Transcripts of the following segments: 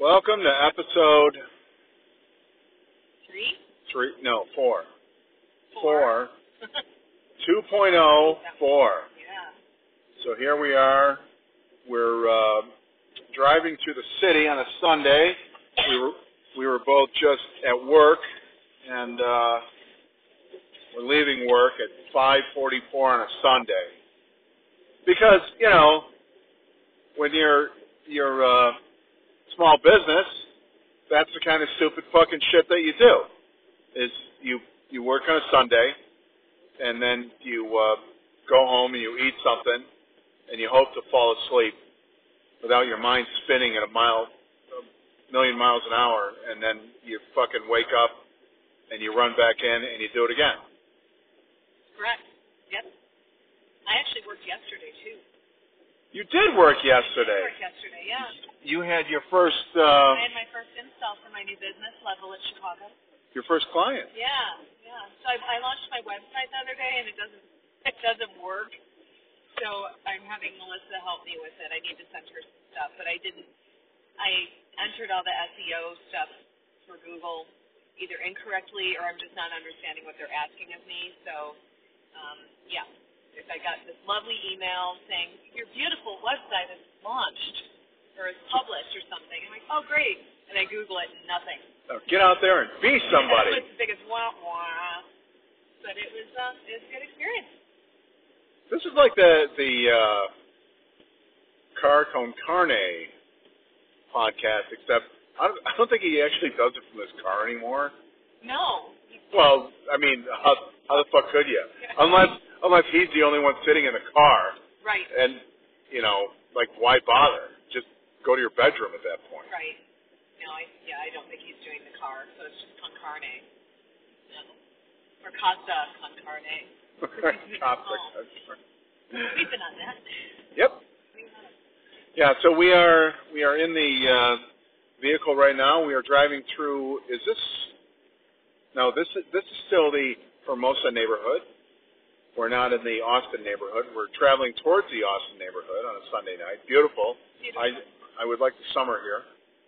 Welcome to episode Three? three, no, four. Four. 2.04. yeah. So here we are. We're uh, driving through the city on a Sunday. We were, we were both just at work, and uh, we're leaving work at 5:44 on a Sunday because you know when you're you're uh, small business, that's the kind of stupid fucking shit that you do. Is you you work on a Sunday, and then you uh, go home and you eat something, and you hope to fall asleep without your mind spinning at a mile, a million miles an hour, and then you fucking wake up and you run back in and you do it again. Correct. Yep. I actually worked yesterday too. You did work I yesterday. worked yesterday, yeah. You had your first uh, I had my first install for my new business level at Chicago. your first client. Yeah, yeah. So I, I launched my website the other day and it doesn't it doesn't work. So I'm having Melissa help me with it. I need to send her some stuff, but I didn't. I entered all the SEO stuff for Google either incorrectly or I'm just not understanding what they're asking of me. So um, yeah, if I got this lovely email saying your beautiful website is launched or is published or something, I'm like, oh great, and I Google it, nothing. Now get out there and be That somebody. was the biggest wah wah. But it was um, it was a good experience. This is like the the uh, Car Con Carne podcast, except I don't, I don't think he actually does it from his car anymore. No. Well, I mean, how, how the fuck could you? Unless unless he's the only one sitting in the car, Right. and you know, like, why bother? Just go to your bedroom at that point. Right. No, I yeah, I don't think he's doing the car, so it's just con carne. No. Or Costa con carne. Cops are- We've been on that. Yep. We've been on it. Yeah, so we are we are in the uh, vehicle right now. We are driving through. Is this? No, this is this is still the Formosa neighborhood. We're not in the Austin neighborhood. We're traveling towards the Austin neighborhood on a Sunday night. Beautiful. I Beautiful. I would like the summer here.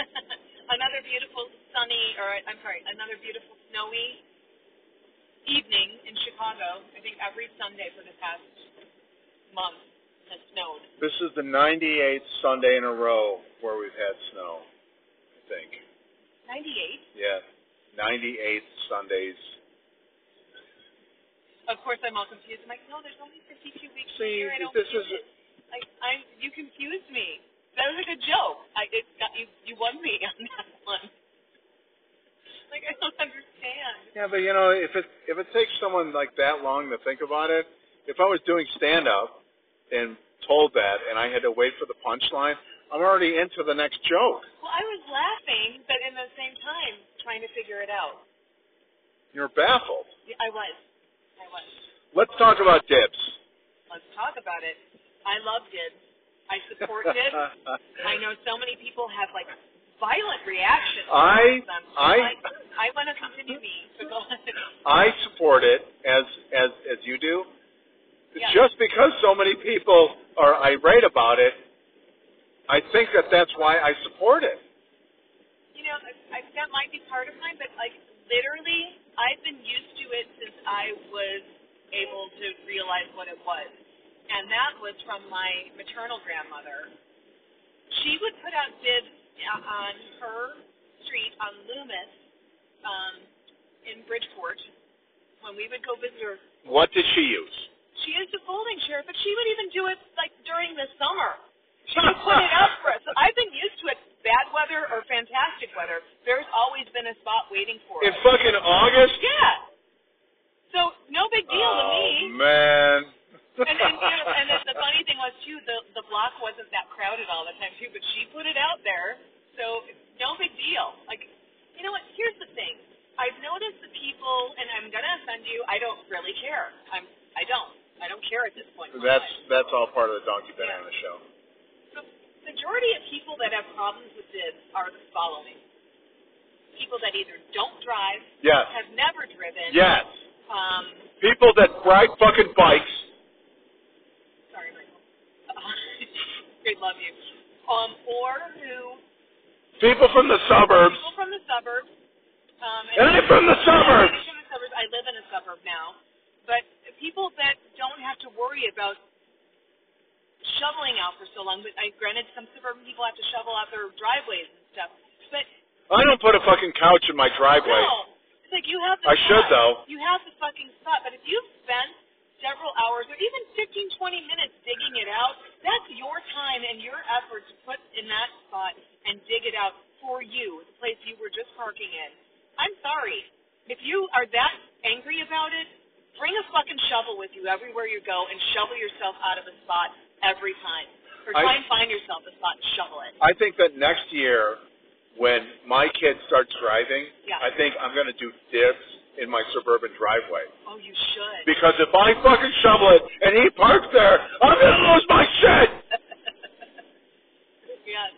another beautiful sunny, or I'm sorry, another beautiful snowy evening in Chicago. I think every Sunday for the past month has snowed. This is the 98th Sunday in a row where we've had snow. I think. 98. Yeah, 98 Sundays. Of course, I'm all confused. I'm like, no, there's only 52 weeks a See, year. I don't this get is it. I, I'm, you confused me. That was like a joke. I, it got, you, you won me on that one. Like, I don't understand. Yeah, but you know, if it if it takes someone like that long to think about it, if I was doing stand up and told that and I had to wait for the punchline, I'm already into the next joke. Well, I was laughing, but in the same time, trying to figure it out. You're baffled. Yeah, I was. I was. Let's talk about dibs. Let's talk about it. I love dibs. I support dibs. I know so many people have like violent reactions. to I them. I like, I want to continue me. So go I support it as as as you do. Yeah. Just because so many people are irate about it, I think that that's why I support it. you know, I, I, that might be part of mine, but like literally, I've been used to it since I was able to realize what it was, and that was from my maternal grandmother. She would put out dibs uh, on her street on Loomis um, in Bridgeport when we would go visit her. What did she use? She used a folding chair, but she would even do it like during the summer. She would put it up for us. So I've been used to it, bad weather or fantastic weather. There's always been a spot waiting for In us. fucking August? Yeah. So no big deal to me. Oh, man. And and, you know, and then the funny thing was too, the the block wasn't that crowded all the time too, but she put it out there, so no big deal. Like, you know what? Here's the thing. I've noticed the people, and I'm gonna offend you. I don't really care. I'm I don't I don't care at this point. in my that's life. that's all part of the Donkey Banana show. The majority of people that have problems with dibs are the following. People that either don't drive, Yes. have never driven, Yes. um, People that ride fucking bikes. sorry, Michael. they love you. Um, or who People from the suburbs. People from the suburbs. Um, And I'm from the suburbs. I'm from the suburbs. I live in a suburb now, but people that don't have to worry about shoveling out for so long. But I, granted, some suburban people have to shovel out their driveways and stuff. But I don't put a fucking couch in my driveway. no, it's like you have. I The should spot. though. You have the fucking spot. But if you've spent several hours or even 15, 20 minutes digging it out, that's your time and your effort to put in that spot and dig it out for you, the place you were just parking in. I'm sorry. If you are that angry about it, bring a fucking shovel with you everywhere you go and shovel yourself out of a spot every time. Or I- try and find yourself a spot and shovel it. I think that next year, when my kid starts driving, Yeah. I think I'm going to do dibs in my suburban driveway. Oh, you should. Because if I fucking shovel it and he parks there, I'm going to lose my shit. yes.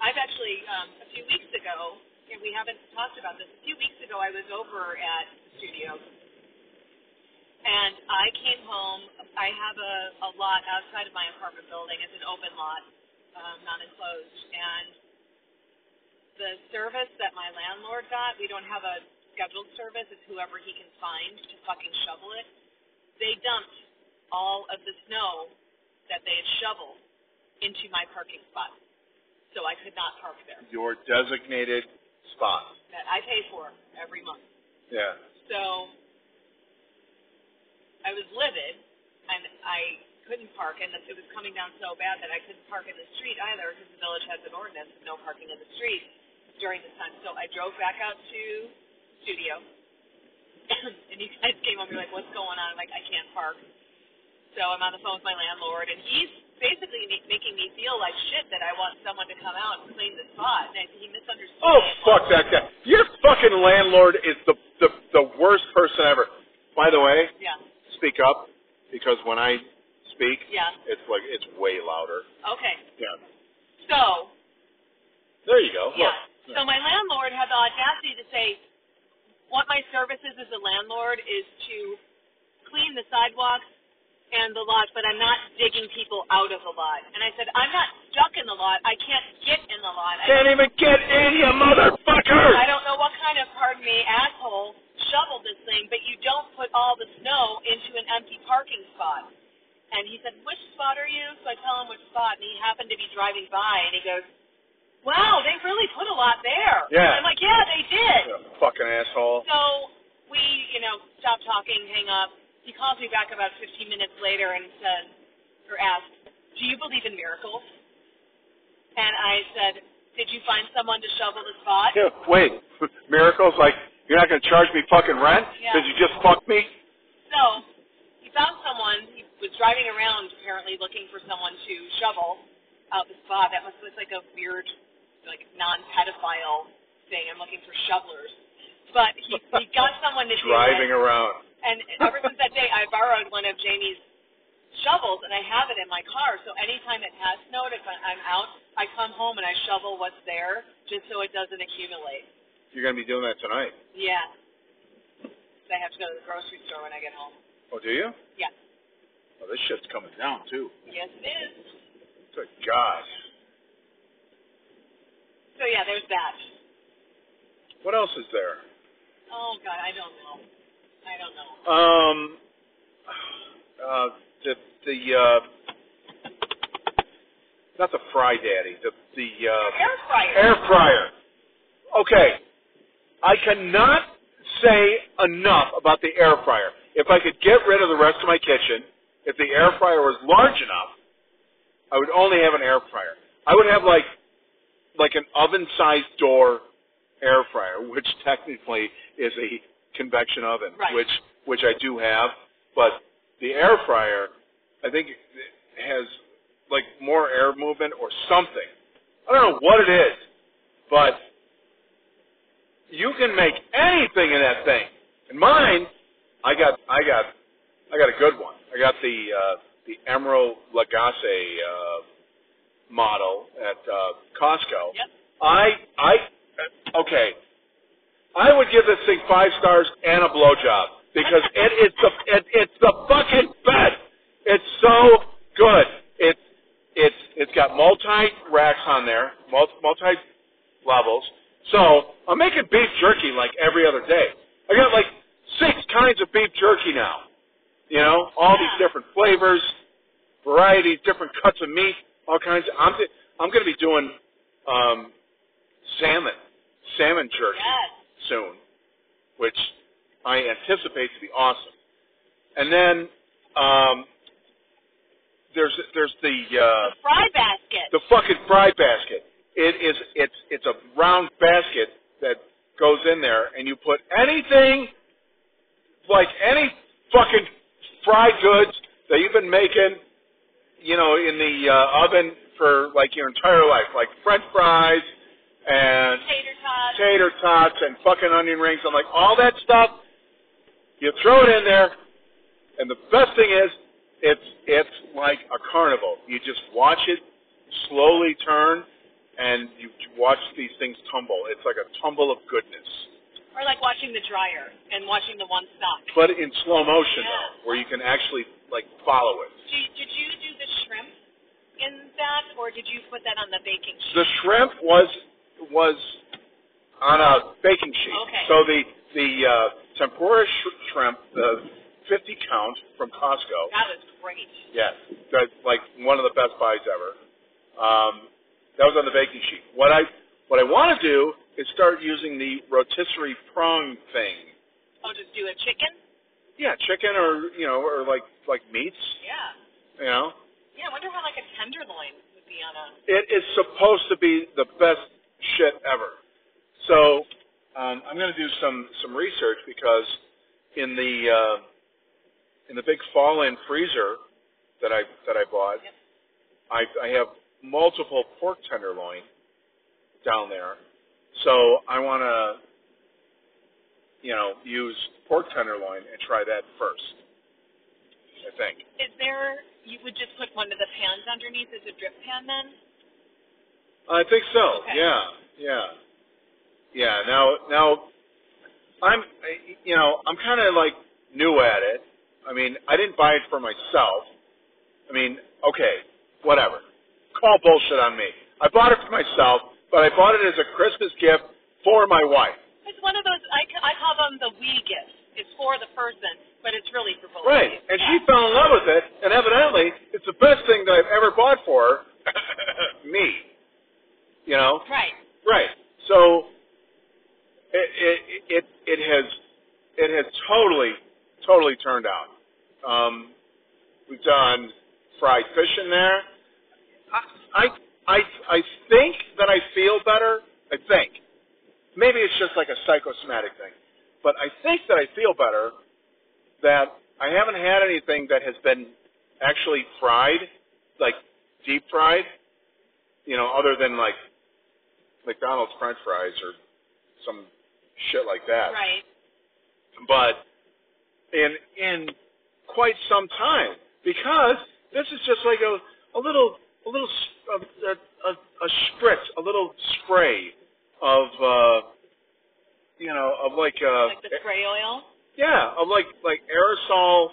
I've actually, um, a few weeks ago, and we haven't talked about this, a few weeks ago I was over at the studio, and I came home. I have a, a lot outside of my apartment building. It's an open lot, um, not enclosed. And the service that my landlord got, we don't have a scheduled service. It's whoever he can find to fucking shovel it. They dumped all of the snow that they had shoveled into my parking spot. So I could not park there. Your designated spot. That I pay for every month. Yeah. So I was livid, and I couldn't park, and it was coming down so bad that I couldn't park in the street either because the village has an ordinance of no parking in the street during this time. So I drove back out to studio, and you guys came up and like, "What's going on?" I'm like, "I can't park." So I'm on the phone with my landlord, and he's basically ma- making me feel like shit that I want someone to come out and clean the spot. And I, he misunderstood. Oh me. fuck that guy. Your fucking landlord is the the the worst person ever. By the way, Yeah. speak up because when I speak, Yeah. it's like it's way louder. Okay. Yeah. So There you go. Yeah. Look. So my landlord had the audacity to say, what my services as a landlord is to clean the sidewalks and the lot, but I'm not digging people out of the lot. And I said, I'm not stuck in the lot. I can't get in the lot. I, Can't even get in, you I motherfucker. don't know what kind of, pardon me, asshole shoveled this thing, but you don't put all the snow into an empty parking spot. And he said, which spot are you? So I tell him which spot, and he happened to be driving by, and he goes, wow, they really put a lot there. Yeah. I'm like, yeah, they did. You fucking asshole. So we, you know, stop talking, hang up. He calls me back about 15 minutes later and says, or asks, do you believe in miracles? And I said, did you find someone to shovel the spot? Yeah, wait. Miracles like you're not gonna charge me fucking rent Yeah. because you just fucked me. So he found someone. He was driving around apparently looking for someone to shovel out the spot. That must was like a weird, like non-pedophile thing. I'm looking for shovelers. But he, he got someone to do it. Driving around. And ever since that day, I borrowed one of Jamie's shovels, and I have it in my car. So anytime it has snowed, if I- I'm out, I come home and I shovel what's there, just so it doesn't accumulate. You're gonna be doing that tonight. Yeah. 'Cause I have to go to the grocery store when I get home. Oh, do you? Yeah. Oh, this shit's coming down too. Yes, it is. Good God. So yeah, there's that. What else is there? Oh God, I don't know. I don't know. Um, uh, the the uh, not the fry daddy, the the uh, Air fryer. air fryer. Okay, I cannot say enough about the air fryer. If I could get rid of the rest of my kitchen, if the air fryer was large enough, I would only have an air fryer. I would have like like an oven-sized door air fryer, which technically is a convection oven, Right. which which I do have, but the air fryer I think has like more air movement or something. I don't know what it is, but you can make anything in that thing. And mine, I got I got I got a good one. I got the uh the Emerald Lagasse uh model at uh Costco. Yep. I I okay. I would give this thing five stars and a blowjob because it is the it, it's the fucking best. It's so good. It's it's it's got multi racks on there, multi multi levels. So I'm making beef jerky like every other day. I got like six kinds of beef jerky now. You know, all these Yeah. different flavors, varieties, different cuts of meat, all kinds. Of, I'm di- I'm going to be doing um, salmon, salmon jerky Yes. soon, which I anticipate to be awesome. And then um, there's there's the uh, The fry basket. the fucking fry basket. It is it's it's a round basket that goes in there, and you put anything like any fucking fried goods that you've been making, you know, in the uh, oven for like your entire life, like French fries and Tater tots. tater tots and fucking onion rings. I'm like, all that stuff, you throw it in there, and the best thing is, it's it's like a carnival. You just watch it slowly turn, and you watch these things tumble. It's like a tumble of goodness, Or like watching the dryer and watching the one stock. but in slow motion Yeah. though, where you can actually like follow it. Did, did you do the shrimp in that, or did you put that on the baking sheet? The shrimp was was on a baking sheet. Okay. So the the uh, tempura sh- shrimp, the 50 count from Costco. That was great. Yes, that's like one of the best buys ever. Um, that was on the baking sheet. What I what I want to do is start using the rotisserie prong thing. Oh, just do a chicken? Yeah, chicken or you know or like like meats. Yeah. You know, Yeah, I wonder how like a tenderloin would be on a. it is supposed to be the best shit ever. So um, I'm going to do some some research because in the uh, in the big fall-in freezer that I that I bought, Yep. I, I have multiple pork tenderloin down there, so I want to you know use pork tenderloin and try that first. I think. Is there? You would just put one of the pans underneath as a drip pan then? I think so. Okay. Yeah, yeah, yeah. Now, now, I'm, I- you know, I'm kind of like new at it. I mean, I didn't buy it for myself. I mean, okay, whatever. Call bullshit on me. I bought it for myself, but I bought it as a Christmas gift for my wife. It's one of those. I, ca- I call them the we gift. It's for the person, but it's really for both. Right, of you. and she Yeah. fell in love with it, and evidently, it's the best thing that I've ever bought for her. me. You know, Right. Right. So it it it, it has it has totally totally turned out. Um, we've done fried fish in there. I I I, I think that I feel better. I think maybe it's just like a psychosomatic thing, but I think that I feel better that I haven't had anything that has been actually fried, like deep fried, you know, other than like McDonald's French fries or some shit like that. Right. But in in quite some time, because this is just like a a little a little s- a a, a, a spritz, a little spray of uh, you know of like uh, Like the spray oil. yeah of like like aerosol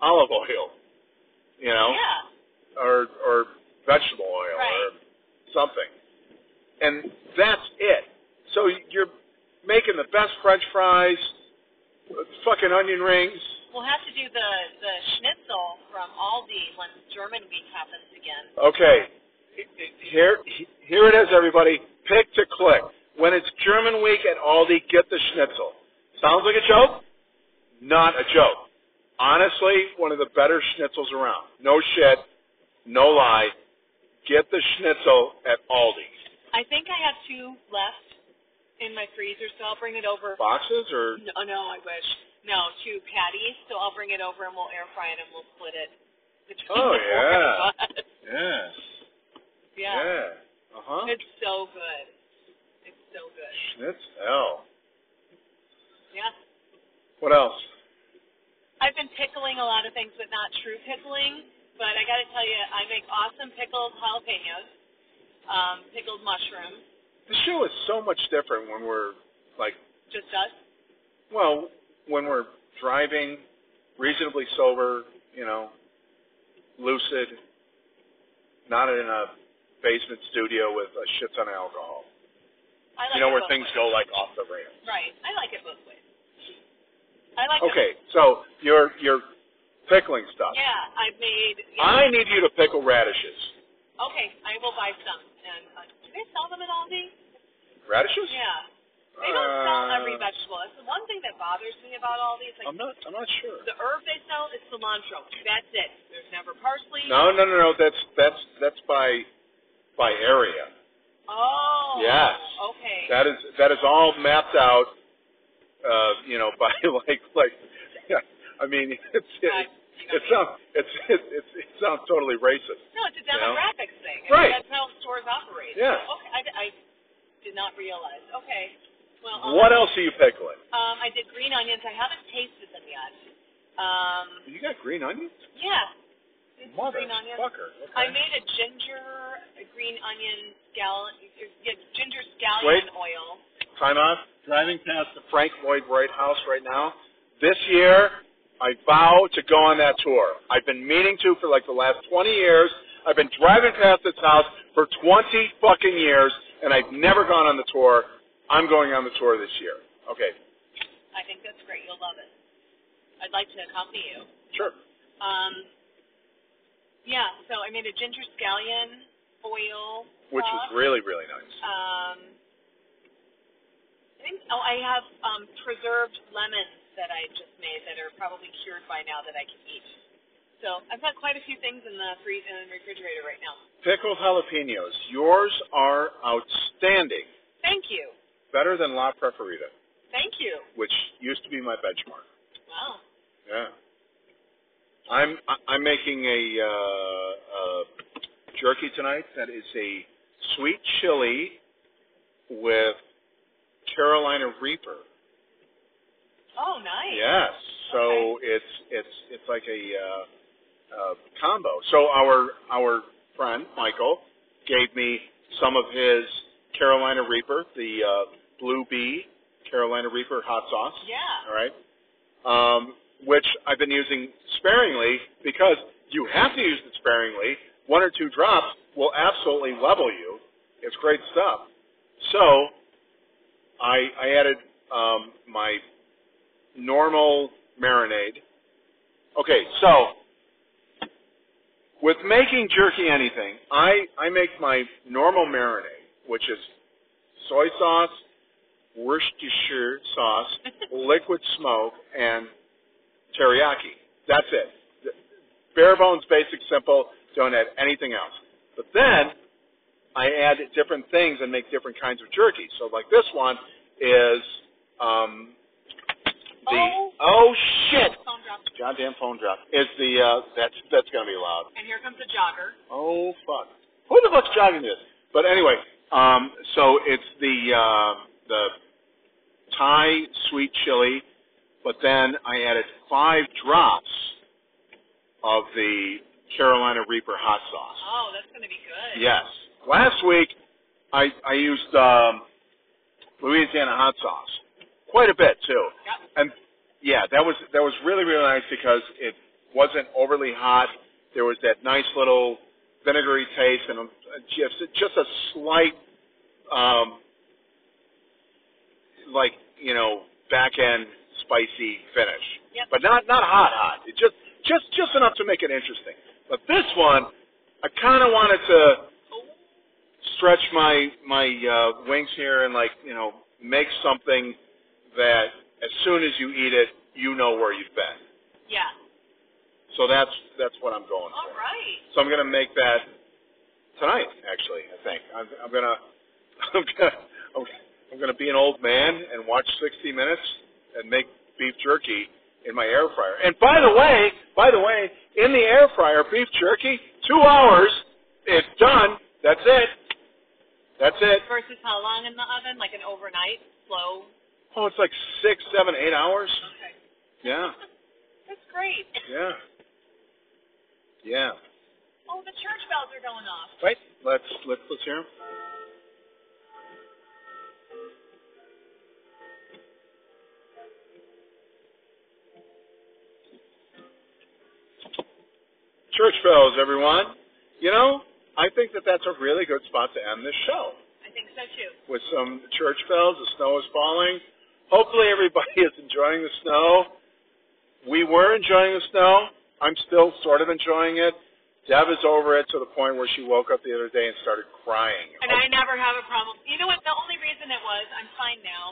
olive oil, you know Yeah. or or vegetable oil or Right. something. And that's it. So you're making the best french fries, fucking onion rings. We'll have to do the the schnitzel from Aldi when German week happens again. Okay. Here here it is everybody. Pick to click. When it's German week at Aldi, get the schnitzel. Sounds like a joke? Not a joke. Honestly, one of the better schnitzels around. No shit, no lie. Get the schnitzel at Aldi. I think I have two left in my freezer, so I'll bring it over. Boxes or No, no, I wish. No, two patties, so I'll bring it over and we'll air fry it and we'll split it. Between Oh, the four of us. Yeah. yeah. Uh huh. It's so good. It's so good. Schnitzel. Yeah. What else? I've been pickling a lot of things, but not true pickling. But I got to tell you, I make awesome pickled jalapenos, um, pickled mushroom, The show is so much different when we're like, just us. well, when we're driving, reasonably sober, you know, lucid, not in a basement studio with a shit ton of alcohol. I like you know it where both things ways. go like off the rails. Right. I like it both ways. I like it Okay, so you're you're pickling both- stuff. Yeah, I've made. Yeah. I need you to pickle radishes. Okay, I will buy some. And uh, do they sell them at Aldi? Radishes? Yeah. They don't sell Uh, um, every vegetable. That's the one thing that bothers me about Aldi. It's like I'm not. I'm not sure. the herb they sell is cilantro. That's it. There's never parsley. No, no, no, no. That's that's that's by by area. Oh. Yes. Okay. That is that is all mapped out. Uh, you know, by like like. Yeah, I mean, it's I- it, you know, it sounds it's it, it, it sounds totally racist. No, it's a demographics thing. I mean, Right. that's how stores operate. Yeah. Okay, I, I did not realize. Okay. Well, um, What else are you pickling? Um, I did green onions. I haven't tasted them yet. Um, You got green onions? yeah. Did some Mother green onions. fucker. Okay. I made a ginger a green onion scallion, yeah, ginger scallion Wait. oil. Time out. Driving past the Frank Lloyd Wright house right now. This year, I vow to go on that tour. I've been meaning to for like the last 20 years. I've been driving past this house for 20 fucking years, and I've never gone on the tour. I'm going on the tour this year. Okay, I think that's great. You'll love it. I'd like to accompany you. sure. Um, yeah, so I made a ginger scallion oil. Which sauce. is really, really nice. Um, I think oh, I have um, preserved lemons that I just made that are probably cured by now that I can eat. So I've got quite a few things in the freezer and refrigerator right now. Pickled jalapenos. Yours are outstanding. Thank you, Better than La Preferita, thank you. which used to be my benchmark. Wow. Yeah. I'm I- I'm making a uh, uh, jerky tonight that is a sweet chili with Carolina Reaper. Oh, nice. Yes. So it's it's it's like a uh, uh, combo. So our our friend Michael gave me some of his Carolina Reaper, the uh, Blue Bee Carolina Reaper hot sauce. Yeah. All right. Um, which I've been using sparingly because you have to use it sparingly. One or two drops will absolutely level you. It's great stuff. So I, I added um, my normal marinade. Okay, so with making jerky anything, I, I make my normal marinade, which is soy sauce, Worcestershire sauce, liquid smoke, and teriyaki. That's it. Th- Bare bones, basic, simple. Don't add anything else. But then I add different things and make different kinds of jerky. So like this one is um, the Oh. shit, Phone dropped. goddamn phone drop. Is the uh, that's that's gonna be loud. And here comes a jogger. Oh fuck! Who the fuck's jogging this? But anyway, um, so it's the uh, the Thai sweet chili, but then I added five drops of the Carolina Reaper hot sauce. Oh, that's gonna be good. Yes. Last week, I I used um, Louisiana hot sauce quite a bit too. Yep. And yeah, that was that was really really nice because it wasn't overly hot. There was that nice little vinegary taste and a, just just a slight um like, you know, back end spicy finish. Yep. But not not hot hot. It just just just enough to make it interesting. But this one I kind of wanted to Oh, stretch my my uh, wings here and like you know make something that as soon as you eat it, you know where you've been. yeah. So that's that's what I'm going All for. right. So I'm gonna make that tonight. Actually, I think I'm, I'm gonna I'm gonna I'm, I'm gonna be an old man and watch 60 Minutes and make beef jerky in my air fryer. And by the way, by the way, in the air fryer, beef jerky, two hours, it's done. That's it. That's it. Versus how long in the oven? Like an overnight slow. Oh, it's like six, seven, eight hours. Okay. Yeah, That's great. yeah, yeah. Oh, the church bells are going off. Right. Let's let's let's hear 'em. Church bells, everyone. You know, I think that that's a really good spot to end this show. I think So too. with some church bells. The snow is falling. Hopefully, everybody is enjoying the snow. We were enjoying the snow. I'm still sort of enjoying it. Deb is over it to the point where she woke up the other day and started crying. And I never have a problem. You know what? The only reason it was, I'm fine now.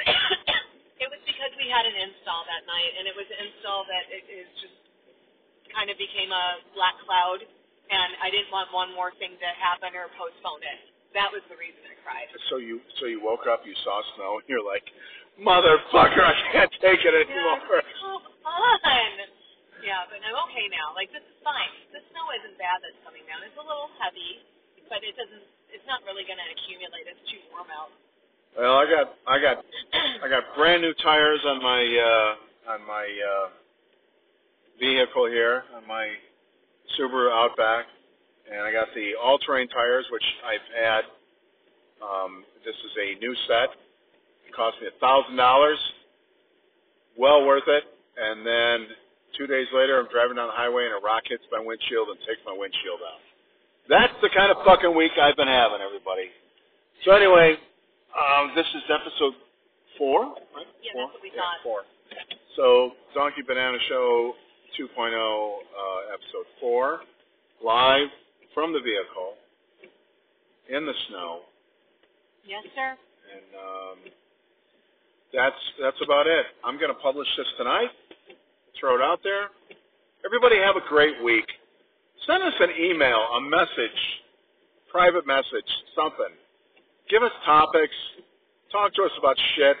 it was because we had an install that night, and it was an install that it is just kind of became a black cloud, and I didn't want one more thing to happen or postpone it. That was the reason I cried. So you so you woke up, you saw snow, and you're like, motherfucker, I can't take it Yeah, I was anymore. like, Come on. Yeah, but I'm okay now. Like this is fine. The snow isn't bad that's coming down. It's a little heavy, but it doesn't. It's not really going to accumulate. It's too warm out. Well, I got I got I got brand new tires on my uh on my uh vehicle here, on my Subaru Outback, and I got the all-terrain tires which I've had um this is a new set. It cost me $1,000. Well worth it. And then 2 days later I'm driving down the highway and a rock hits my windshield and takes my windshield out. That's the kind of fucking week I've been having, everybody. So anyway, um, this is episode four, right? Yeah, four? that's what we yeah, thought. Four. So Donkey Banana Show 2.0, uh, episode four, live from the vehicle in the snow, Yes, sir. and um, that's that's about it. I'm going to publish this tonight. Throw it out there. Everybody have a great week. Send us an email, a message, private message, something. Give us topics. Talk to us about shit.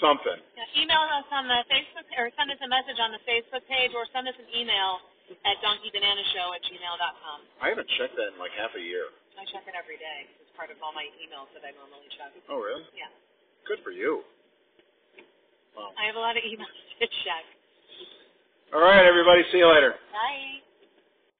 Something. Yeah, email us on the Facebook or send us a message on the Facebook page or send us an email at donkeybananashow at gmail.com. I haven't checked that in like half a year. I check it every day. 'cause It's part of all my emails that I normally check. Oh, really? Yeah. Good for you. I have a lot of emails to check. All right, everybody. See you later. Bye.